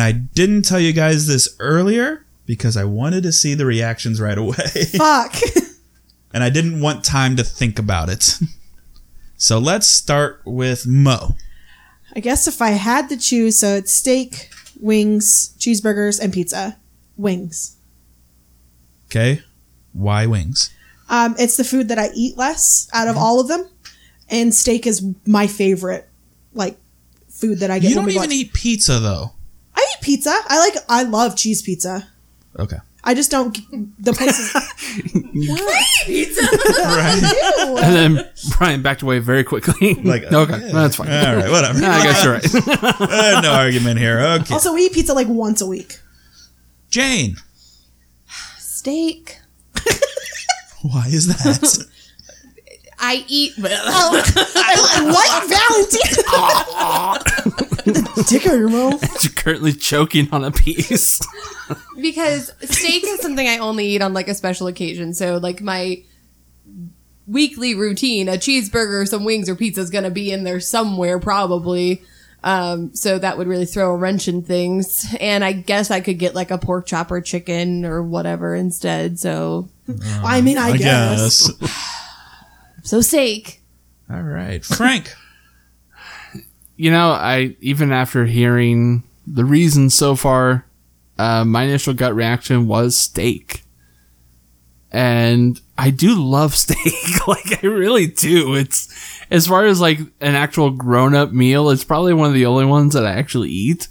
I didn't tell you guys this earlier because I wanted to see the reactions right away. fuck and I didn't want time to think about it. So let's start with Mo. i guess if i had to choose so it's steak wings cheeseburgers and pizza wings Okay? Why wings? um, it's the food that i eat less out Mm-hmm. of all of them and steak is my favorite like food that i get You when don't we go even out- eat pizza though. I eat pizza. I like. I love cheese pizza. Okay. I just don't. g- The places. Right. Ew. And then Brian backed away very quickly. Like, uh, okay, yeah. that's fine. All right, whatever. I guess you're right. Uh, no argument here. Okay. also, we eat pizza like once a week. Jane, Steak. why is that? I eat. oh. What Valentine? Dick out of your mouth. You're currently choking on a piece. because steak is something I only eat on like a special occasion. So like my weekly routine, a cheeseburger, some wings or pizza is going to be in there somewhere probably. Um, so that would really throw a wrench in things. And I guess I could get like a pork chop or chicken or whatever instead. So, I mean, I, I guess. guess. so steak. All right, Frank. you know, I even after hearing the reasons so far, uh, my initial gut reaction was steak, and I do love steak. like I really do. It's as far as like an actual grown up meal, it's probably one of the only ones that I actually eat.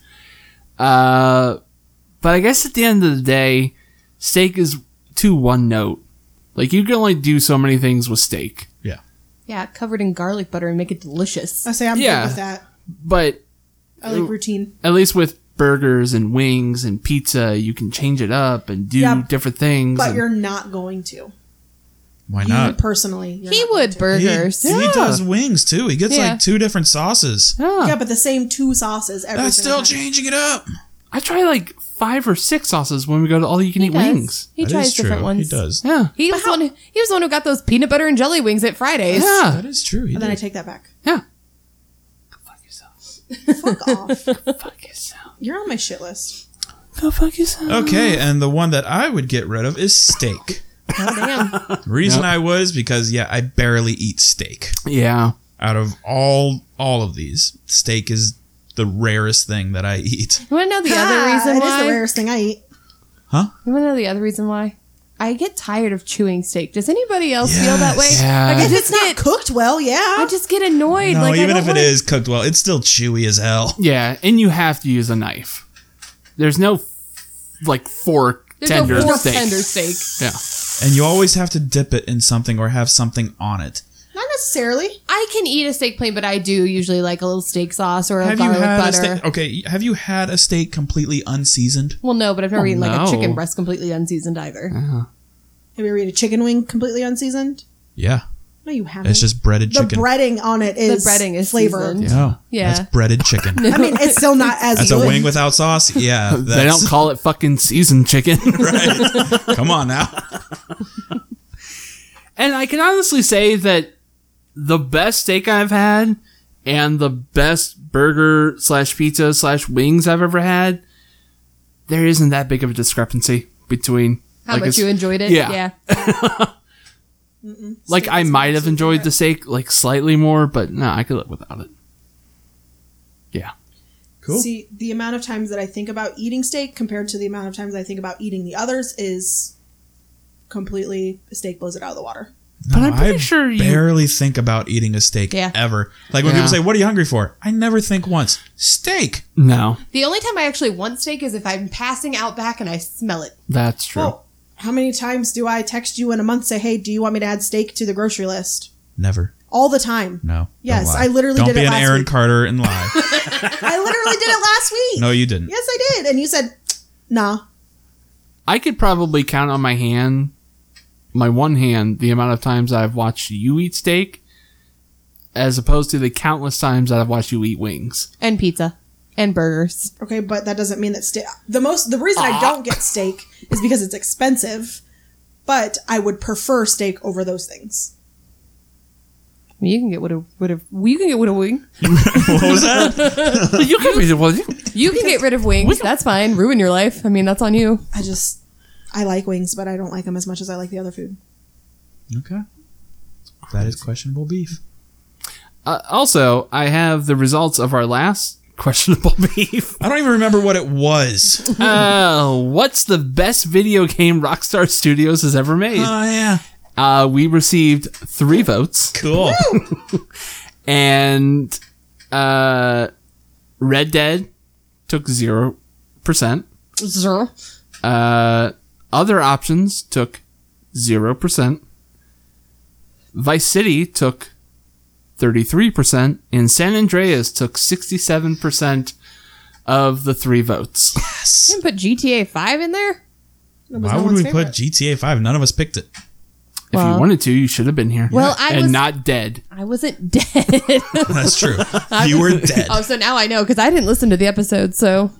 Uh, but I guess at the end of the day, steak is too one note. Like you can only do so many things with steak. Yeah, covered in garlic butter and make it delicious. I say I'm Yeah. good with that. But I like routine. at least with burgers and wings and pizza, you can change it up and do Yeah, different things. But and- you're not going to. Why You not? personally. you're He not would He, burgers. he does wings too. He gets Yeah. like two different sauces. Yeah. going- Yeah, but the same two sauces every That's single still time. changing it up. I try like five or six sauces when we go to all you can eat He does. wings. He That tries is true. different ones. He does. Yeah. He was, the one, who- he was the one who got those peanut butter and jelly wings at Fridays. Yeah. That is true. He And then I did. take that back. Yeah. Go fuck yourself. Fuck off. Go fuck yourself. You're on my shit list. Go fuck yourself. okay, and the one that I would get rid of is steak. Damn. The reason Yep. I was because yeah, I barely eat steak. Yeah. Out of all all of these, steak is the rarest thing that I eat. You want to know the other Ah, reason It is why? the rarest thing I eat. You want to know the other reason why? I get tired of chewing steak. Does anybody else feel that way? Yes. Yeah. Like I If it's just not get, cooked well, yeah. I just get annoyed. No, like I even don't if it wanna- is cooked well, it's still chewy as hell. Yeah. And you have to use a knife. There's no like fork There's tender no fork steak. tender steak. Yeah. And you always have to dip it in something or have something on it. not necessarily. I can eat a steak plain, but I do usually like a little steak sauce or a have you garlic had butter. a steak? Okay, have you had a steak completely unseasoned? Well, no, but I've never Oh, eaten like a no. chicken breast completely unseasoned either. Have you ever eaten a chicken wing completely unseasoned? Yeah, No, you Uh-huh. haven't. it's just breaded the chicken. breading on it is breading is flavor. seasoned. no, Yeah. that's breaded chicken. I mean, it's still not as That's a good. wing without sauce. Yeah, that's, They don't call it fucking seasoned chicken. Come on now. And I can honestly say that the best steak I've had and the best burger slash pizza slash wings I've ever had, there isn't that big of a discrepancy between How like, much it's- you enjoyed it? yeah. yeah. like I might have enjoyed the steak like slightly more, but no, I could live without it. Yeah. Cool. See, the amount of times that I think about eating steak compared to the amount of times I think about eating the others is completely steak blows it out of the water. But I'm pretty I sure you- barely think about eating a steak Yeah. ever. Like when Yeah. people say, "What are you hungry for?" I never think once. Steak. No, The only time I actually want steak is if I'm passing out back and I smell it. that's true. Well, how many times do I text you in a month say, "Hey, do you want me to add steak to the grocery list?" Never. All the time. No. Yes, Don't lie. I literally don't did be it an last Aaron week. Carter and lie. I literally did it last week. no, you didn't. Yes, I did, and you said, "Nah." I could probably count on my hand, my one hand, the amount of times I've watched you eat steak, as opposed to the countless times that I've watched you eat wings. And pizza. And burgers. Okay, but that doesn't mean that steak. The most the reason I don't get steak is because it's expensive, but I would prefer steak over those things. I mean, you can get what a what a you can get what a wing. What was that? you can be the one. You can get rid of wings. That's fine. Ruin your life. I mean, that's on you. I just I like wings, but I don't like them as much as I like the other food. okay. That is questionable beef. Uh, also, I have the results of our last questionable beef. I don't even remember what it was. uh, what's the best video game Rockstar Studios has ever made? oh yeah. Uh, we received three votes, Cool. and uh, Red Dead took zero percent. Zero. Uh, other options took zero percent. Vice City took thirty-three percent, and San Andreas took sixty-seven percent of the three votes. You can put GTA Five in there. It was Why no would one's we favorite. put GTA Five? None of us picked it. If you Well- wanted to, you should have been here. Well, I and was- not dead. I wasn't dead. That's true. you were dead. oh, so now I know because I didn't listen to the episode. So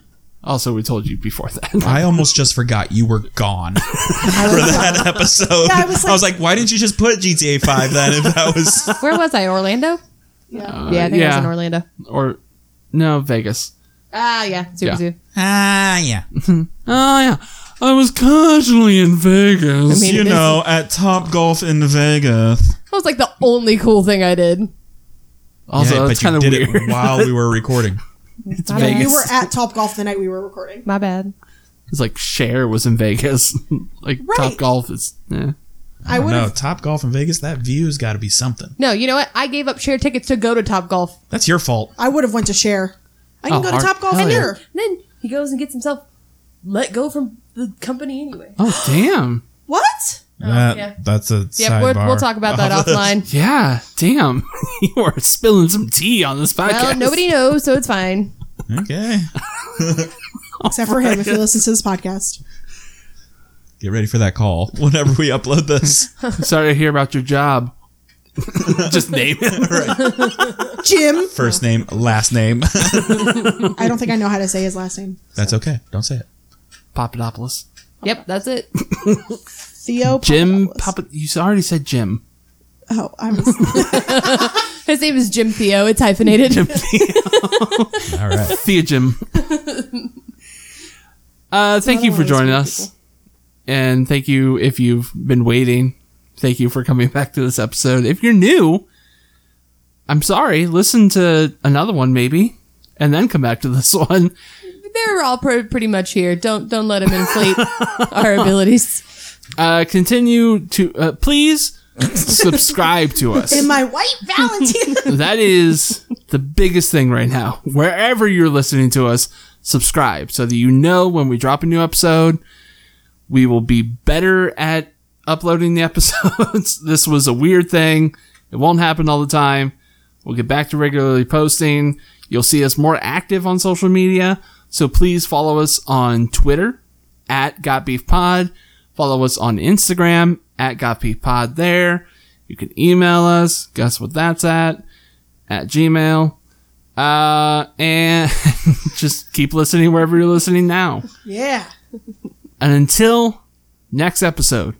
Also, we told you before that. I almost just forgot you were gone for that episode. Yeah, I, I was was like, why didn't you just put GTA 5 then if that was. Where was I? Orlando? Yeah. Uh, yeah, I think I yeah. was in Orlando. or no, Vegas. Ah, yeah. Super Yeah. Zoo. Ah, yeah. Oh yeah, I was casually in Vegas. I mean- You know, at Top Golf in Vegas. That was like the only cool thing I did. also, yeah, that's but kind you of did weird. it while we were recording. it's I Vegas. We were at Top Golf the night we were recording. My bad. it's like Cher was in Vegas. like Top Right. Golf is. eh. Yeah. Oh, I would No, have. Top Golf in Vegas, that view's got to be something. No, you know what? I gave up share tickets to go to Top Golf. That's your fault. I would have went to share. I can Oh, go to hard- Top Golf hell in yeah. here. Then he goes and gets himself let go from the company anyway. Oh damn. What? That- Oh, yeah. That's a Yeah, we'll, sidebar. we'll talk about that offline. Yeah. Damn. you are spilling some tea on this podcast. Well, nobody knows, so it's fine. Okay. Except for him, if he listens to this podcast. Get ready for that call whenever we upload this. Sorry to hear about your job. Just name it. Jim. First name, last name. I don't think I know how to say his last name. That's okay. Don't say it. Papadopoulos. Yep, that's it. Theo. Jim Papadopoulos. Papa. You already said Jim. Oh, I was. His name is Jim Theo. It's hyphenated. All right. See you, Jim. uh, thank I you for don't wanna joining screw us. And thank you if you've been waiting. Thank you for coming back to this episode. If you're new, I'm sorry. Listen to another one, maybe, and then come back to this one. They're all pr- pretty much here. Don't don't let him inflate our abilities. Uh, continue to uh, please subscribe to us. In my white Valentine. that is the biggest thing right now. Wherever you're listening to us, subscribe so that you know when we drop a new episode. We will be better at uploading the episodes. this was a weird thing. It won't happen all the time. We'll get back to regularly posting. You'll see us more active on social media. So please follow us on Twitter at Got Beef Pod. Follow us on Instagram at Got Beef Pod there. You can email us. Guess what that's at? At Gmail. Uh, and just keep listening wherever you're listening now. yeah. And until next episode.